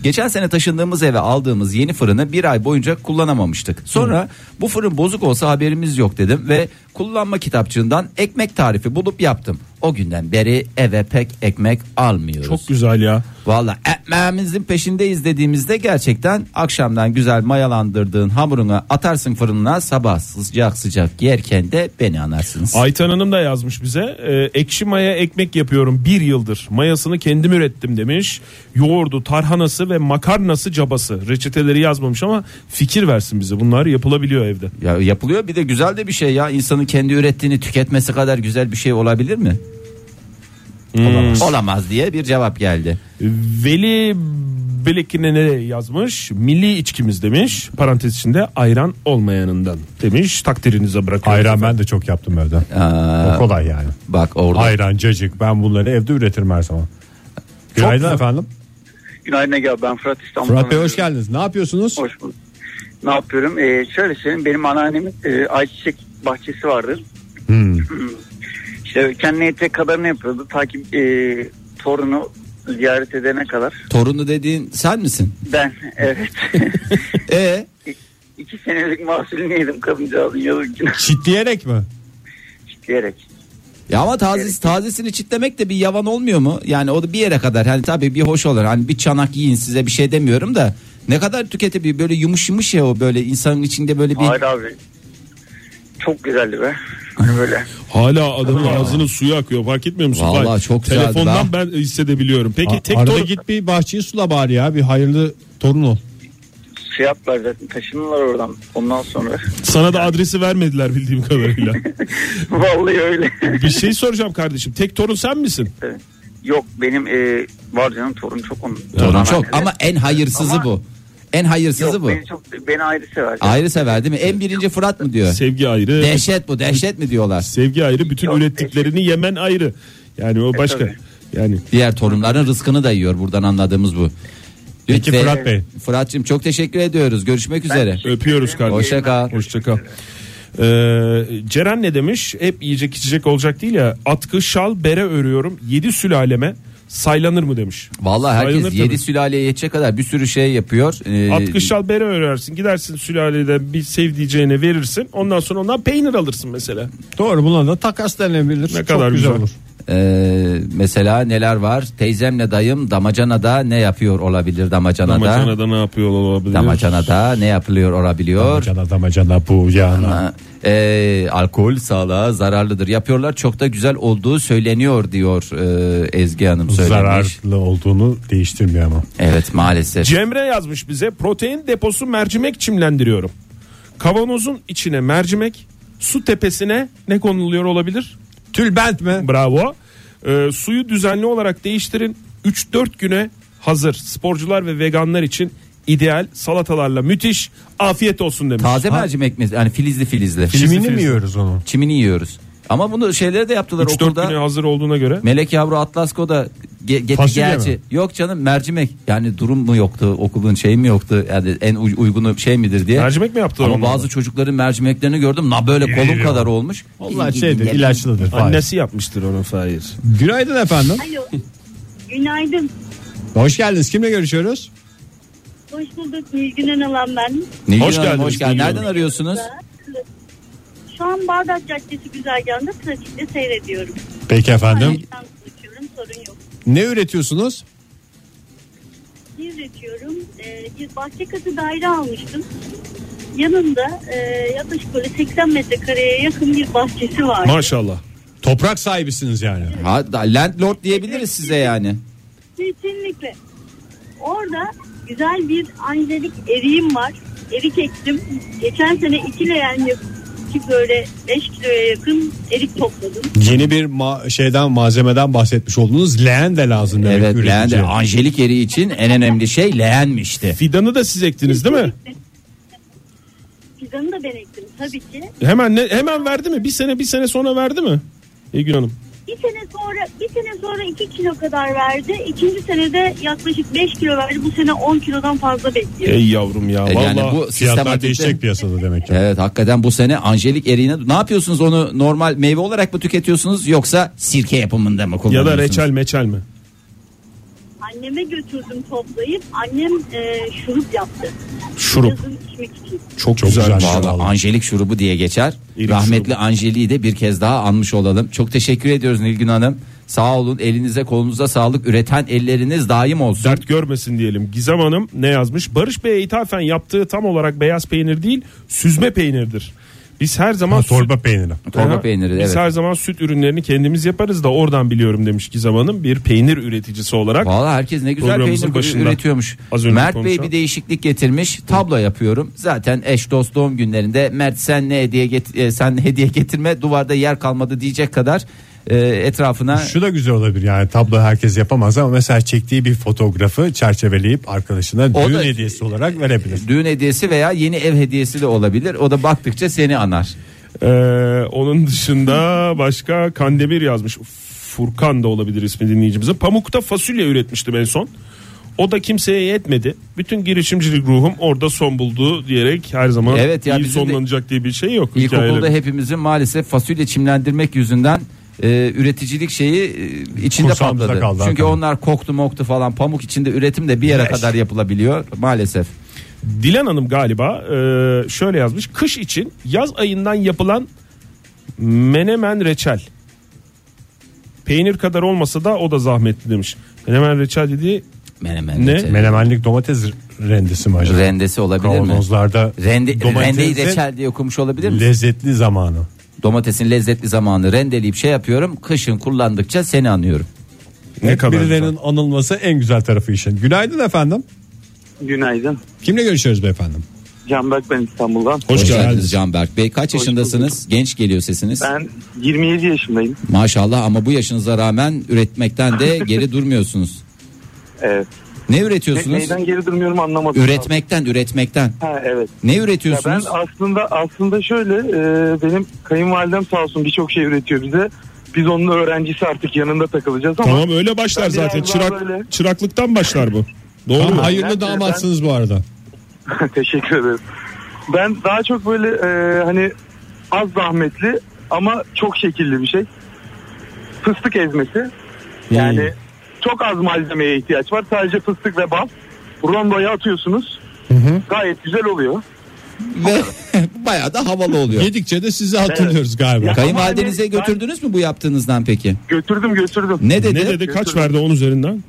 Geçen sene taşındığımız eve aldığımız yeni fırını bir ay boyunca kullanamamıştık. Sonra bu fırın bozuk olsa haberimiz yok dedim ve kullanma kitapçığından ekmek tarifi bulup yaptım. O günden beri eve pek ekmek almıyoruz. Çok güzel ya. Valla ekmeğimizin peşindeyiz dediğimizde gerçekten akşamdan güzel mayalandırdığın hamuruna atarsın fırına sabah sıcak sıcak yerken de beni anarsınız. Aytan Hanım da yazmış bize. Ee, ekşi maya ekmek yapıyorum bir yıldır. Mayasını kendim ürettim demiş. Yoğurdu, tarhanası ve makarnası cabası. Reçeteleri yazmamış ama fikir versin bize. Bunlar yapılabiliyor evde. Ya yapılıyor bir de güzel de bir şey ya insanın kendi ürettiğini tüketmesi kadar güzel bir şey olabilir mi? Olamaz. Olamaz diye bir cevap geldi. Veli Bilekine ne yazmış? Milli içkimiz demiş. Parantez içinde ayran olmayanından demiş. Takdirinize bırakıyorum. Ayran ben de çok yaptım evde. O kolay yani. Bak orada Ayran, cacık ben bunları evde üretirim her zaman. Günaydın efendim. Günaydın Ege abi, ben Fırat İstanbul'dan. Fırat Bey hoş arıyorum. geldiniz. Ne yapıyorsunuz? Hoş bulduk. Ne yapıyorum? Ee, şöyle söyleyeyim benim anneannemin e, ayçiçek bahçesi vardı. Hmm. İşte kendine yetecek kadarını yapıyordu. Takip e, torunu ziyaret edene kadar. Torunu dediğin sen misin? Ben evet. E İki senelik mahsulünü yedim kadıncağızın yazıkçına Çitleyerek mi? diyerek. ya ama tazesi, tazesini çitlemek de bir yavan olmuyor mu? Yani o da bir yere kadar hani tabii bir hoş olur. Hani bir çanak yiyin size bir şey demiyorum da ne kadar tüketebilir böyle yumuş yumuş ya o böyle insanın içinde böyle bir Hayır abi. Çok güzeldi be. Hani böyle. Hala adamın ağzının suyu akıyor fark etmiyor musun? Vallahi Fahir? çok güzeldi Telefondan ha. ben hissedebiliyorum. Peki tek Arada torun- git bir bahçeyi sula bari ya bir hayırlı torun ol. Şey yaptılar zaten taşındılar oradan ondan sonra. sana da adresi vermediler bildiğim kadarıyla. Vallahi öyle. bir şey soracağım kardeşim. Tek torun sen misin? Yok benim e, var canım torun çok onun. torun Anneanne. çok ama en hayırsızı Ama- bu. En hayırsızı Yok, bu. Beni, çok, beni ayrı sever. Ayrı sever değil mi? En birinci Fırat mı diyor? Sevgi ayrı. Dehşet bu dehşet mi diyorlar? Sevgi ayrı. Bütün Yok, E, ürettiklerini yemen ayrı. Yani o başka. tabii. yani Diğer torunların rızkını da yiyor buradan anladığımız bu. Peki Lütfen- Fırat Bey. Fırat'cığım çok teşekkür ediyoruz. Görüşmek üzere. öpüyoruz kardeşim. Hoşça kal. Hoşça kal. Ee, Ceren ne demiş? Hep yiyecek içecek olacak değil ya. Atkı, şal, bere örüyorum. Yedi sülaleme saylanır mı demiş. Vallahi herkes Sayılır tabii. 7 sülaleye yetecek kadar bir sürü şey yapıyor. Ee, Atkı, şal, bere örersin. Gidersin sülaleden bir sevdiceğine verirsin. Ondan sonra ondan peynir alırsın mesela. Doğru buna da takas denilebilir. Ne Çok kadar güzel. olur. e, mesela neler var? Teyzemle dayım damacanada ne yapıyor olabilir damacanada? Damacanada, Damacana'da ne yapıyor olabilir? ne yapılıyor olabiliyor? Damacana damacana bu yana. Ha, e, alkol sağlığa zararlıdır. Yapıyorlar çok da güzel olduğu söyleniyor diyor e, Ezgi Hanım söylemiş. Zararlı olduğunu değiştirmiyor ama. Evet maalesef. Cemre yazmış bize protein deposu mercimek çimlendiriyorum. Kavanozun içine mercimek, su tepesine ne konuluyor olabilir? Tülbent mi? Bravo. Ee, suyu düzenli olarak değiştirin. 3-4 güne hazır. Sporcular ve veganlar için ideal salatalarla müthiş. Afiyet olsun demiş. Taze mercimek mi? Yani filizli filizli. Kimini mi filizli. yiyoruz onu? Çimini yiyoruz. Ama bunu şeyleri de yaptılar 3-4 okulda. güne hazır olduğuna göre. Melek yavru Atlasko da ge- ge- Fasulye gerçi- mi? yok canım mercimek yani durum mu yoktu okulun şey mi yoktu yani en uy- uygunu şey midir diye. Mercimek mi yaptılar Ama onlarla? bazı çocukların mercimeklerini gördüm na böyle kolum kadar olmuş. Vallahi şey şeydir ilaçlıdır. Annesi. Annesi yapmıştır onu Fahir. Günaydın efendim. Alo. Günaydın. Hoş geldiniz. Kimle görüşüyoruz? Hoş bulduk. Nilgün Önalan ben. Nilgün Hoş Hanım, geldiniz, Hoş geldin. Nilgün Nereden Hanım. arıyorsunuz? Şu an Bağdat Caddesi güzergahında trafikte seyrediyorum. Peki efendim. Araçtan konuşuyorum. Sorun yok. Ne üretiyorsunuz? Bir üretiyorum. Ee, bir bahçe katı daire almıştım. Yanında e, yaklaşık böyle 80 metrekareye yakın bir bahçesi var. Maşallah. Toprak sahibisiniz yani. Ha, da- landlord diyebiliriz size yani. Kesinlikle. Orada güzel bir anjelik eriğim var. Erik ektim. Geçen sene iki leğen yapıp ki böyle 5 kiloya yakın erik topladım. Yeni bir ma- şeyden malzemeden bahsetmiş oldunuz. Leğen de lazım demek Evet leğen de üreticiye. anjelik eri için en önemli şey leğenmişti. Fidanı da siz ektiniz değil mi? Pizzanı da ben ektim tabii ki. Hemen ne, hemen verdi mi? Bir sene bir sene sonra verdi mi? Eygün Hanım. Bir sene sonra bir sene sonra 2 kilo kadar verdi. İkinci senede yaklaşık 5 kilo verdi. Bu sene 10 kilodan fazla bekliyor. Ey yavrum ya. E, yani vallahi bu Fiyatlar sistematikte- değişecek piyasada demek ki. Evet hakikaten bu sene anjelik eriğine ne yapıyorsunuz onu normal meyve olarak mı tüketiyorsunuz yoksa sirke yapımında mı ya kullanıyorsunuz? da reçel meçel mi? Anneme götürdüm toplayıp annem e, şurup yaptı. Şurup. Yazın içmek için. Çok, güzelmiş. vallahi. Valla anjelik şurubu diye geçer. İlik Rahmetli Anjeli'yi de bir kez daha anmış olalım. Çok teşekkür ediyoruz Nilgün Hanım. Sağ olun elinize kolunuza sağlık. Üreten elleriniz daim olsun. Dert görmesin diyelim. Gizem Hanım ne yazmış? Barış Bey'e ithafen yaptığı tam olarak beyaz peynir değil süzme peynirdir. Biz her zaman Ha, süt- torba peyniri. Torba Aha, peyniri Biz evet. her zaman süt ürünlerini kendimiz yaparız da oradan biliyorum demiş Gizem Hanım. Bir peynir üreticisi olarak. Valla herkes ne güzel Programımızın peynir başında. üretiyormuş. Az önce Mert konuşan. Bey bir değişiklik getirmiş. Tablo yapıyorum. Zaten eş dost doğum günlerinde Mert sen ne hediye get- e, sen hediye getirme duvarda yer kalmadı diyecek kadar e, etrafına Şu da güzel olabilir yani tablo herkes yapamaz ama mesela çektiği bir fotoğrafı çerçeveleyip arkadaşına O düğün da- hediyesi olarak verebilir. düğün hediyesi veya yeni ev hediyesi de olabilir. O da baktıkça seni anar. Ee, onun dışında başka Kandemir yazmış. Furkan da olabilir ismi dinleyicimize. Pamukta fasulye üretmiştim en son. O da kimseye yetmedi. Bütün girişimcilik ruhum orada son buldu diyerek her zaman Evet ya, iyi bizim de sonlanacak diye bir şey yok. İlkokulda hikayelerin. hepimizin maalesef fasulye çimlendirmek yüzünden e, üreticilik şeyi e, içinde Kursağımızda patladı. kaldı Çünkü hakikaten. onlar koktu moktu falan pamuk içinde üretim de bir yere kadar yapılabiliyor maalesef. Dilan Hanım galiba e, şöyle yazmış. Kış için yaz ayından yapılan menemen reçel. Peynir kadar olmasa da o da zahmetli demiş. Menemen reçel dediği Menemen Ne? reçeli. Menemenlik domates rendesi mi acaba? rendesi olabilir mi? Kavanozlarda Rende, domatesin rendeyi reçel diye okumuş olabilir mi? lezzetli zamanı. Domatesin lezzetli zamanı rendeleyip şey yapıyorum. Kışın kullandıkça seni anıyorum. ne Hep kadar birilerinin güzel. anılması en güzel tarafı işin. Günaydın efendim. Günaydın. Kimle görüşüyoruz beyefendim? Canberk ben İstanbul'dan. Hoş, geldiniz Canberk Bey. Kaç yaşındasınız? Genç geliyor sesiniz. Ben 27 yaşındayım. Maşallah ama bu yaşınıza rağmen üretmekten de geri durmuyorsunuz. Evet. Ne Ne- üretiyorsunuz? neyden geri durmuyorum anlamadım. Üretmekten, üretmekten. Ha evet. Ne Ya ben üretiyorsunuz? aslında aslında şöyle e, benim kayınvalidem sağ olsun birçok şey üretiyor bize. Biz onun öğrencisi artık yanında takılacağız ama Tamam öyle başlar Ben biraz zaten. daha Çırak, böyle- çıraklıktan başlar bu. Doğru Tam mu? hayırlı Ben- damatsınız bu arada. teşekkür ederim. Ben daha çok böyle e, hani az zahmetli ama çok şekilli bir şey. Fıstık ezmesi. Yani çok az malzemeye ihtiyaç var. Sadece fıstık ve bal. Rondoya atıyorsunuz. Gayet güzel oluyor. Ve bayağı da havalı oluyor. Yedikçe de sizi hatırlıyoruz galiba. Ya- Kayınvalidenize Ama hani ben- götürdünüz mü bu yaptığınızdan peki? Götürdüm götürdüm. Ne dedi? Ne dedi? Kaç verdi 10 üzerinden?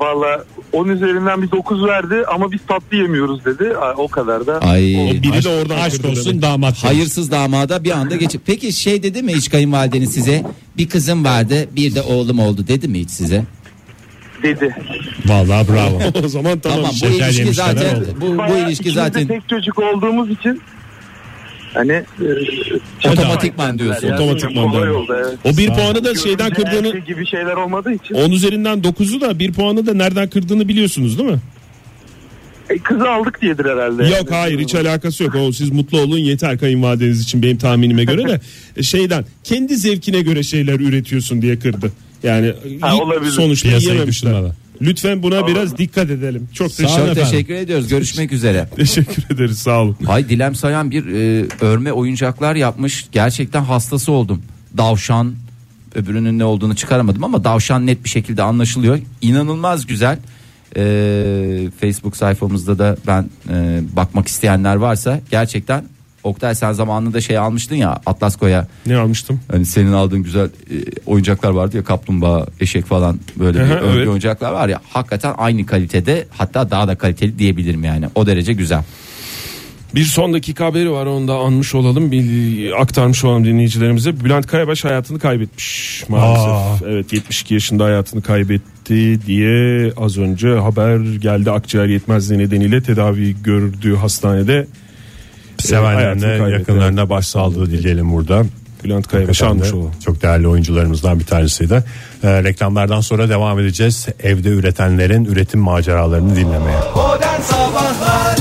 Valla 10 üzerinden bir 9 verdi ama biz tatlı yemiyoruz dedi. Ay, O kadar da. Ay. O biri de oradan E, Aşk kırdı olsun demek. damat. Hayırsız damada bir anda geçip. Peki şey dedi mi hiç kayınvalideniz size? Bir kızım vardı, bir de oğlum oldu dedi mi hiç size? dedi. Vallahi bravo. o zaman tamam. Tamam, bu Şeker ilişki yemişler zaten herhalde. bu, bu Bayağı ilişki ikimiz de zaten tek çocuk olduğumuz için hani e, otomatikman diyorsun. yani Otomatikman kolay dönüyor. oldu, evet. O bir puanı da şeyden Görünce kırdığını erkek gibi şeyler olmadığı için 10 üzerinden 9'u da bir puanı da nereden kırdığını biliyorsunuz değil mi? E, kızı aldık diyedir herhalde. Yok hayır hiç alakası yok. O, siz mutlu olun yeter kayınvalideniz için benim tahminime göre de E, şeyden kendi zevkine göre şeyler üretiyorsun diye kırdı. Yani e, Ha, iyi- olabilir. sonuçta Piyasayı yiyememişler. düşünmeden. Lütfen buna biraz dikkat edelim. Çok teşekkür, Çok efendim. teşekkür ediyoruz. Görüşmek üzere. teşekkür ederiz sağ olun. Hay Dilem Sayan bir e, örme oyuncaklar yapmış. Gerçekten hastası oldum. Davşan öbürünün ne olduğunu çıkaramadım ama davşan net bir şekilde anlaşılıyor. İnanılmaz güzel. E, Facebook sayfamızda da ben e, bakmak isteyenler varsa gerçekten Oktay sen zamanında şey almıştın ya Atlasko'ya Ne almıştım? hani senin aldığın güzel e, oyuncaklar vardı ya kaplumbağa, eşek falan böyle bir Aha, örgü evet. oyuncaklar var ya hakikaten aynı kalitede hatta daha da kaliteli diyebilirim yani. O derece güzel. Bir son dakika haberi var onu da anmış olalım bir aktarmış olalım dinleyicilerimize. Bülent Kayabaş hayatını kaybetmiş maalesef. Evet 72 yaşında hayatını kaybetti diye az önce haber geldi akciğer yetmezliği nedeniyle tedavi gördüğü hastanede Ee, hayatını Sevenlerine kaybetti. yakınlarına başsağlığı dileyelim burada. Bülent Kayabaş almış olalım. Çok değerli oyuncularımızdan bir tanesiydi. Ee, reklamlardan sonra devam edeceğiz. Evde üretenlerin üretim maceralarını dinlemeye. Modern Sabahlar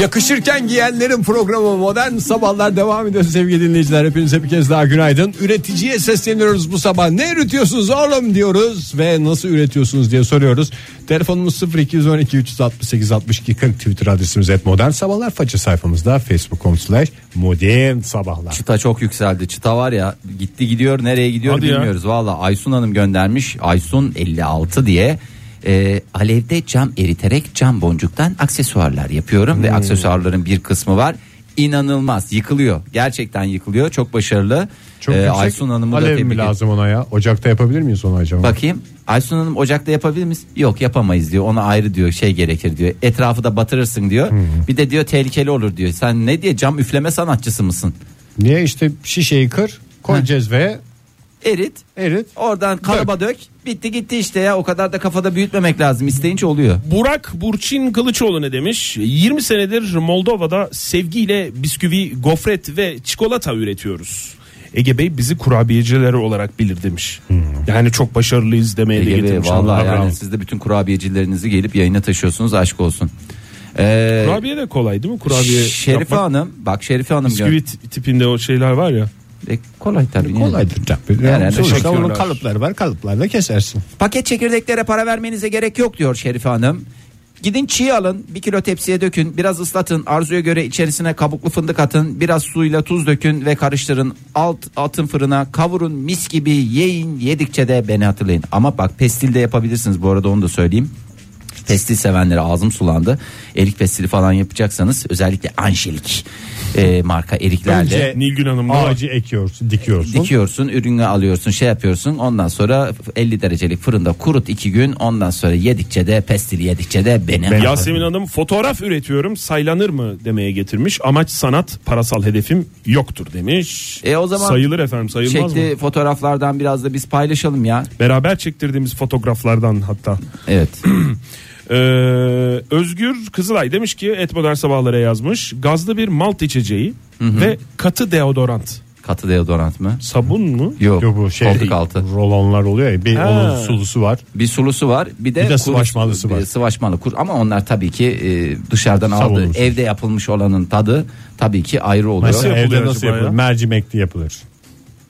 Yakışırken giyenlerin programı Modern Sabahlar devam ediyor sevgili dinleyiciler. Hepinize bir kez daha günaydın. Üreticiye sesleniyoruz bu sabah. Ne üretiyorsunuz oğlum diyoruz ve nasıl üretiyorsunuz diye soruyoruz. Telefonumuz 0212 368 62 40 Twitter adresimiz et Modern Sabahlar. Faça sayfamızda facebook.com slash Modern Sabahlar. Çıta çok yükseldi. Çıta var ya gitti gidiyor nereye gidiyor Hadi ya. bilmiyoruz. Valla Aysun Hanım göndermiş. Aysun 56 diye. Ee, alevde cam eriterek cam boncuktan aksesuarlar yapıyorum Hmm. ve aksesuarların bir kısmı var. İnanılmaz yıkılıyor. Gerçekten yıkılıyor. Çok başarılı. Ee, yüksek Aysun Hanım'ı da alev tebrik mi ediyorum. lazım ona ya? Ocakta yapabilir miyiz onu acaba? Bakayım. Aysun Hanım ocakta yapabilir miyiz? Yok yapamayız diyor. Ona ayrı diyor şey gerekir diyor. Etrafı da batırırsın diyor. Hmm. Bir de diyor tehlikeli olur diyor. Sen ne diye cam üfleme sanatçısı mısın? Niye işte şişeyi kır, koy Heh. cezveye, Erit erit. Oradan kalaba dök. Bitti gitti işte ya. O kadar da kafada büyütmemek lazım. İsteyince oluyor. Burak Burçin Kılıçoğlu ne demiş? 20 senedir Moldova'da sevgiyle bisküvi, gofret ve çikolata üretiyoruz. Ege Bey bizi kurabiyecileri olarak bilir demiş. Yani çok başarılıyız demeye de Hmm. Ege Bey, getirmiş. vallahi Allah razı yani olsun. siz de bütün kurabiyecilerinizi gelip yayına taşıyorsunuz. Aşk olsun. Ee, Kurabiye de kolay değil mi? Kurabiye Şerife yapmak. Hanım. Bak Şerife Hanım. gö- Bisküvi t- tipinde o şeyler var ya. E, kolay tabii. yani. Kolaydır tabii. Yani Sonuçta teşekkürler. onun kalıpları var kalıplarla kesersin. Paket çekirdeklere para vermenize gerek yok diyor Şerife Hanım. Gidin çiğ alın, bir kilo tepsiye dökün, biraz ıslatın, arzuya göre içerisine kabuklu fındık atın, biraz suyla tuz dökün ve karıştırın. Alt atın fırına, kavurun mis gibi yiyin, yedikçe de beni hatırlayın. Ama bak pestil de yapabilirsiniz bu arada onu da söyleyeyim. Pestil sevenlere ağzım sulandı. Erik pestili falan yapacaksanız özellikle Angelik e, marka eriklerle. Önce Nilgün Hanım da ağacı ekiyorsun, dikiyorsun. Dikiyorsun ürünü alıyorsun şey yapıyorsun ondan sonra 50 derecelik fırında kurut iki gün ondan sonra yedikçe de pestil yedikçe de beni hatırla. Yasemin Hanım fotoğraf üretiyorum saylanır mı demeye getirmiş. Amaç sanat parasal hedefim yoktur demiş. E o zaman sayılır efendim sayılmaz çekti mı? fotoğraflardan biraz da biz paylaşalım ya. Beraber çektirdiğimiz fotoğraflardan hatta. Evet. Ee, Özgür Kızılay demiş ki et modern sabahlara yazmış. Gazlı bir malt içeceği ve katı deodorant. Katı deodorant mı? Sabun mu? Yok. Yok bu şey koltuk altı. rolonlar oluyor ya bir Ha. onun sulusu var. Bir sulusu var bir de, Bir de kuru- sıvaşmalısı var. bir sıvaşmalı kur ama onlar tabii ki e, dışarıdan aldığı Savunucu. evde yapılmış olanın tadı tabii ki ayrı oluyor. Mesela yapılıyor evde nasıl acaba yapılır? ya? Mercimekli yapılır.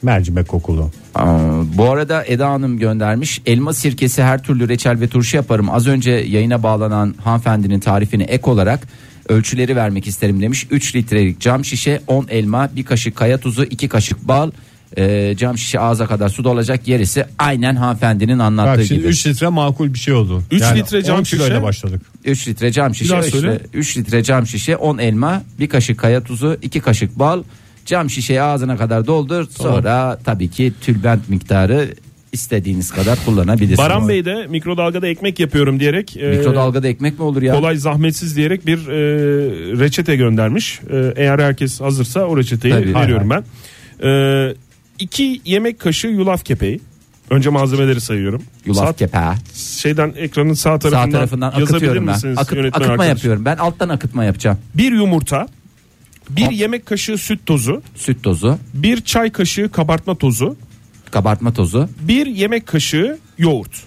Mercimek kokulu. Aa, bu arada Eda Hanım göndermiş. Elma sirkesi her türlü reçel ve turşu yaparım. Az önce yayına bağlanan hanımefendinin tarifini ek olarak ölçüleri vermek isterim demiş. 3 litrelik cam şişe, 10 elma, bir kaşık kaya tuzu, 2 kaşık bal. Ee, cam şişe ağza kadar su dolacak yerisi aynen hanımefendinin anlattığı Bak şimdi gibi. 3 litre makul bir şey oldu. Üç litre cam 10 kiloyla şişe. başladık. 3 litre cam şişe, daha 3 söyle. litre cam şişe, 10 elma, bir kaşık kaya tuzu, 2 kaşık bal. Cam şişeyi ağzına kadar doldur. Sonra tabii ki tülbent miktarı istediğiniz kadar kullanabilirsiniz. Baran Bey de mikrodalgada ekmek yapıyorum diyerek e, Mikrodalgada ekmek mi olur ya? kolay zahmetsiz diyerek bir e, reçete göndermiş. E, eğer herkes hazırsa o reçeteyi Tabii. veriyorum ben. E, iki yemek kaşığı yulaf kepeği. Önce malzemeleri sayıyorum. Yulaf Saat- kepeği. şeyden ekranın sağ tarafından, Sağ tarafından yazabilir akıtıyorum ben. misiniz Akıt- yönetmen akıtma arkadaş? yapıyorum. Ben alttan akıtma yapacağım. Bir yumurta, bir Hop. yemek kaşığı süt tozu, Süt tozu, bir çay kaşığı kabartma tozu, kabartma tozu. bir yemek kaşığı yoğurt.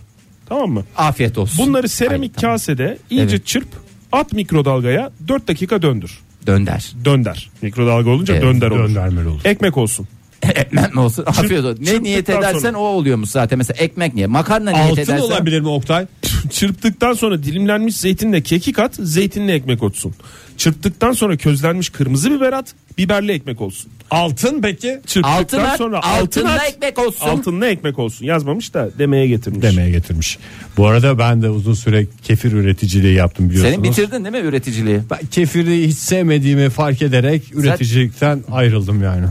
Tamam mı? Afiyet olsun. Bunları seramik Ay, tamam. kasede iyice Evet. çırp, at mikrodalgaya 4 dakika döndür. Dönder. Dönder. Mikrodalga olunca Evet, dönder olur. döndermeli olur. Ekmek olsun. Ekmek mi olsun? Afiyet olsun. Ne çırptıktan niyet edersen sonra- o oluyormuş zaten. Mesela ekmek niye? Makarna niyet Altın edersen. olabilir mi Oktay? Çırptıktan sonra dilimlenmiş zeytinle kekik at, zeytinle ekmek olsun. Çırptıktan sonra közlenmiş kırmızı biber at, biberli ekmek olsun. Altın peki? Çırptıktan Altın at, sonra altınla altın at, ekmek olsun. Altınla ekmek olsun. Yazmamış da demeye getirmiş. demeye getirmiş. Bu arada ben de uzun süre kefir üreticiliği yaptım biliyorsunuz. Senin bitirdin değil mi üreticiliği? Ben kefiri hiç sevmediğimi fark ederek üreticilikten ayrıldım yani.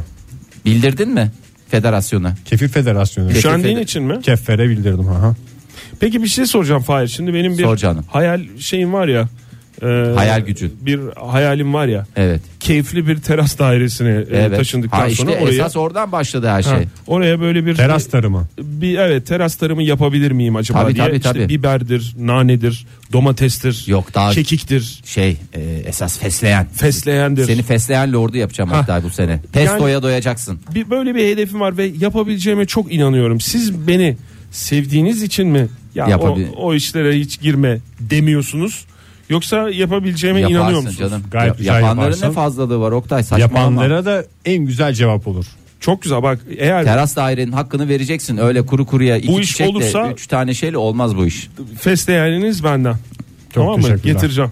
Bildirdin mi federasyonu? Kefir Federasyonu. Kef- Üşendiğin Teklif ed- için mi? Kefere bildirdim ha. Peki bir şey soracağım Fahir. Şimdi benim bir Sor canım. hayal şeyim var ya. e, Hayal gücü. Bir hayalim var ya. Evet. Keyifli bir teras dairesine e, Evet. taşındıktan ha, işte sonra oraya esas oradan başladı her şey. Ha, oraya böyle bir Teras tarımı. bir evet teras tarımı yapabilir miyim acaba Tabii, diye. tabii, İşte tabii. biberdir, nanedir, domatestir, Yok, daha- kekiktir, Şey e, esas fesleğen. fesleğendir. Seni fesleğen lordu yapacağım Ha. hatta bu sene. Pestoya doyacaksın. bir böyle bir hedefim var ve yapabileceğime çok inanıyorum. Siz beni sevdiğiniz için mi ya Yapabil- o, o işlere hiç girme demiyorsunuz yoksa yapabileceğime inanıyor Yaparsın musunuz? canım. Gayet Yap- güzel yapanların yaparsan. ne fazlalığı var Oktay saçmalama. Yapanlara da en güzel cevap olur. Çok güzel bak eğer Teras dairenin hakkını vereceksin öyle kuru kuruya iki Bu iş çiçekle olursa- üç tane şeyle olmaz bu iş. fesleğeniniz benden. tamam mı? teşekkürler. Getireceğim.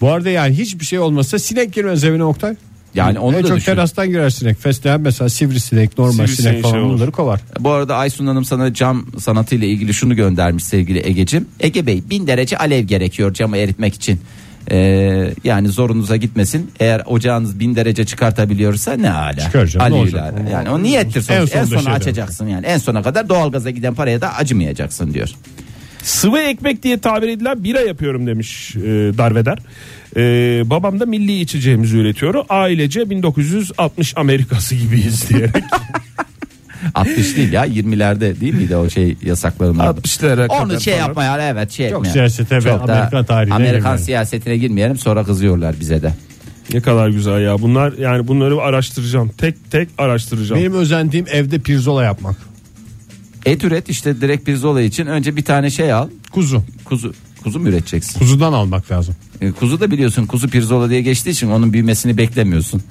Bu arada yani hiçbir şey olmasa sinek girmez evine Oktay. Yani onu en da çok düşün. terastan girer sinek. Fesleğen mesela sivrisinek, normal Sivrisinek sinek falan şey olur. bunları kovar. Bu arada Aysun Hanım sana cam sanatıyla ilgili şunu göndermiş sevgili Ege'cim. Ege Bey bin derece alev gerekiyor camı eritmek için. Ee, yani zorunuza gitmesin. Eğer ocağınız bin derece çıkartabiliyorsa ne hala. Çıkar canım, ne olacak? Yani o niyettir sonuçta. En, En sona sonunda şey açacaksın yani. En sona kadar doğalgaza giden paraya da acımayacaksın diyor. Sıvı ekmek diye tabir edilen bira yapıyorum demiş e, Darveder. E, babam da milli içeceğimizi üretiyor. Ailece 1960 Amerikası gibiyiz diyerek. 60 değil ya 20'lerde değil miydi o şey yasakların vardı. 60'lara kadar Onu şey falan. yapmaya evet şey Çok etmeyelim. siyasete ve Çok da Amerikan tarihine Amerikan girmeyelim. siyasetine girmeyelim sonra kızıyorlar bize de. Ne kadar güzel ya. Bunlar yani bunları araştıracağım. Tek tek araştıracağım. Benim özendiğim evde pirzola yapmak. Et üret işte direkt pirzola için önce bir tane şey al. Kuzu. Kuzu kuzu mu üreteceksin? Kuzudan almak lazım. E, Kuzu da biliyorsun kuzu pirzola diye geçtiği için onun büyümesini beklemiyorsun.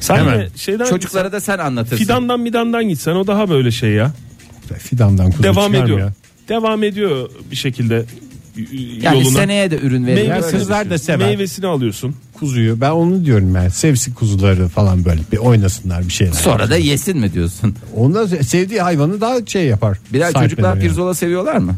Sen Hemen. de şeyden Çocuklara da sen anlatırsın. fidandan midandan gitsen o daha böyle şey ya. Fidandan kuzu Devam çıkar mı ediyor. ya? Devam ediyor bir şekilde y- yani yoluna. seneye de ürün Meyve- verirler. Ya kızlar da sever. Meyvesini alıyorsun. Kuzuyu ben onu diyorum yani sevsin kuzuları falan böyle bir oynasınlar bir şeyler. Sonra da yesin mi diyorsun? Ondan se- sevdiği hayvanı daha şey yapar. Biraz sahiplenir çocuklar yani. pirzola seviyorlar mı?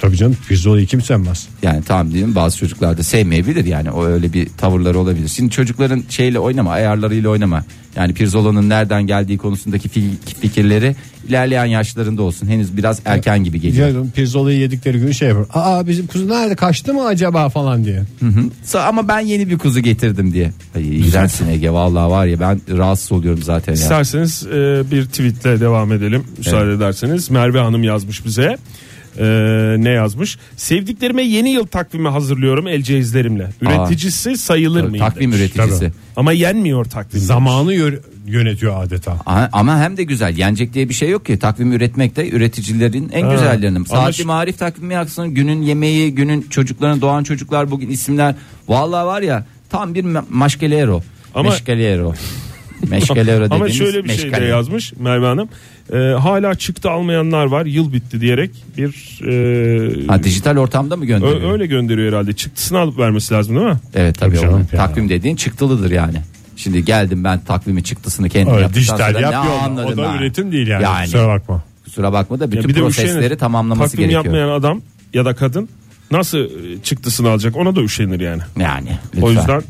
Tabii canım pirzolayı kim sevmez. Yani tamam diyeyim bazı çocuklar da sevmeyebilir yani o öyle bir tavırları olabilir. Şimdi çocukların şeyle oynama ayarlarıyla oynama. Yani pirzolanın nereden geldiği konusundaki fi- fikirleri ilerleyen yaşlarında olsun. Henüz biraz erken gibi geliyor. Diyorum pirzolayı yedikleri gün şey yapar. Aa bizim kuzu nerede kaçtı mı acaba falan diye. Sa- Ama ben yeni bir kuzu getirdim diye. Ay, iğrençsin Ege vallahi var ya ben rahatsız oluyorum zaten ya. İsterseniz e, bir tweetle devam edelim müsaade ederseniz. Merve Hanım yazmış bize. E, ne yazmış? Sevdiklerime yeni yıl takvimi hazırlıyorum el cehizlerimle. Üreticisi sayılır mıyım? Takvim demiş. üreticisi. Tabii. Ama yenmiyor takvim. Zamanı yö- yönetiyor adeta. A- Ama hem de güzel yenecek diye bir şey yok ki takvim üretmek de üreticilerin en güzellerinin. Ama Saati şu- marif takvimi yaksın günün yemeği günün çocukların doğan çocuklar bugün isimler. Vallahi var ya tam bir ma- maşkelero. Ama- Meşkelero. meşkelero dediğimiz Ama şöyle bir şey de meşgale. yazmış Merve Hanım. E, hala çıktı almayanlar var yıl bitti diyerek bir e, Ha, dijital ortamda mı ö- gönderiyor? öyle gönderiyor herhalde. Çıktısını alıp vermesi lazım değil mi? Evet tabii, Tabii canım, onun ya. takvim dediğin çıktılıdır yani. Şimdi geldim ben takvimi çıktısını kendim Öyle yaptıktan dijital sonra ne yapıyor. ama O anladım da ben? üretim değil yani. Yani. Kusura bakma. Kusura bakma da Ya bütün bir de prosesleri üşenir. tamamlaması Takvim gerekiyor. yapmayan adam ya da kadın nasıl e, çıktısını alacak ona da üşenir yani. Yani lütfen. O yüzden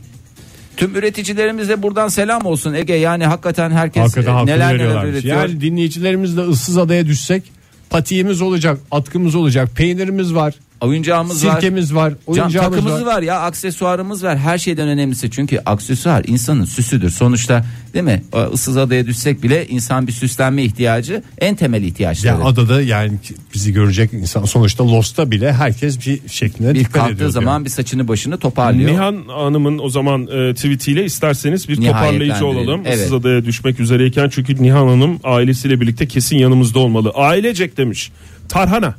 Tüm üreticilerimize buradan selam olsun Ege. Yani hakikaten herkes Hakikaten e, hakkını neler neler veriyorlarmış. üretiyor. Yani dinleyicilerimiz de ıssız adaya düşsek patiğimiz olacak, atkımız olacak, peynirimiz var, Oyuncağımız var. sirkemiz var, Can, oyuncağımız takımızı var. var ya aksesuarımız var her şeyden önemlisi çünkü aksesuar insanın süsüdür sonuçta değil mi O ıssız adaya düşsek bile insan bir süslenme ihtiyacı en temel ihtiyaçları Ya adada yani ki- bizi görecek insan sonuçta Lost'ta bile herkes bir şekline bir dikkat ediyor. kalktığı zaman bir saçını başını toparlıyor Nihan Hanım'ın o zaman e, tweetiyle isterseniz bir toparlayıcı Nihayetlendirelim. olalım. Evet. Siz adaya düşmek üzereyken çünkü Nihan Hanım ailesiyle birlikte kesin yanımızda olmalı. Ailecek demiş. Tarhana,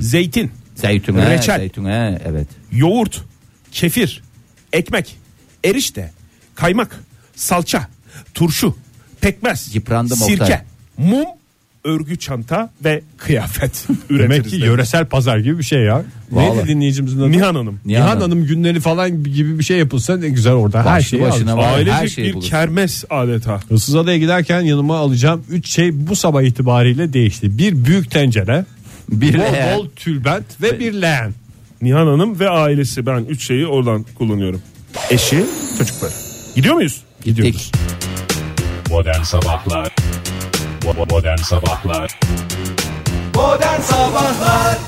zeytin, zeytun he, Reçel. zeytun he, evet yoğurt, kefir, ekmek, erişte, kaymak, salça, turşu, pekmez, Yıprandım sirke, Oktay. mum, örgü çanta ve kıyafet Demek ki üretiriz. demiş. yöresel pazar gibi bir şey ya. Vallahi. Neydi dinleyicimizin adı? Nihan Hanım. Nihan, Nihan Hanım günleri falan gibi bir şey yapılsa ne güzel orada. her Başlı şeyi başına alır. var. Ailecek Her şeyi bir bulursun. kermes adeta. Issız adaya giderken yanıma alacağım 3 şey bu sabah itibariyle değişti. Bir büyük tencere, Bir bol leğen. bol tülbent ve bir leğen. Nihan Hanım ve ailesi ben üç şeyi oradan kullanıyorum. Eşi, çocukları. Gidiyor muyuz? Gidiyoruz. Modern Sabahlar Modern Sabahlar Modern Sabahlar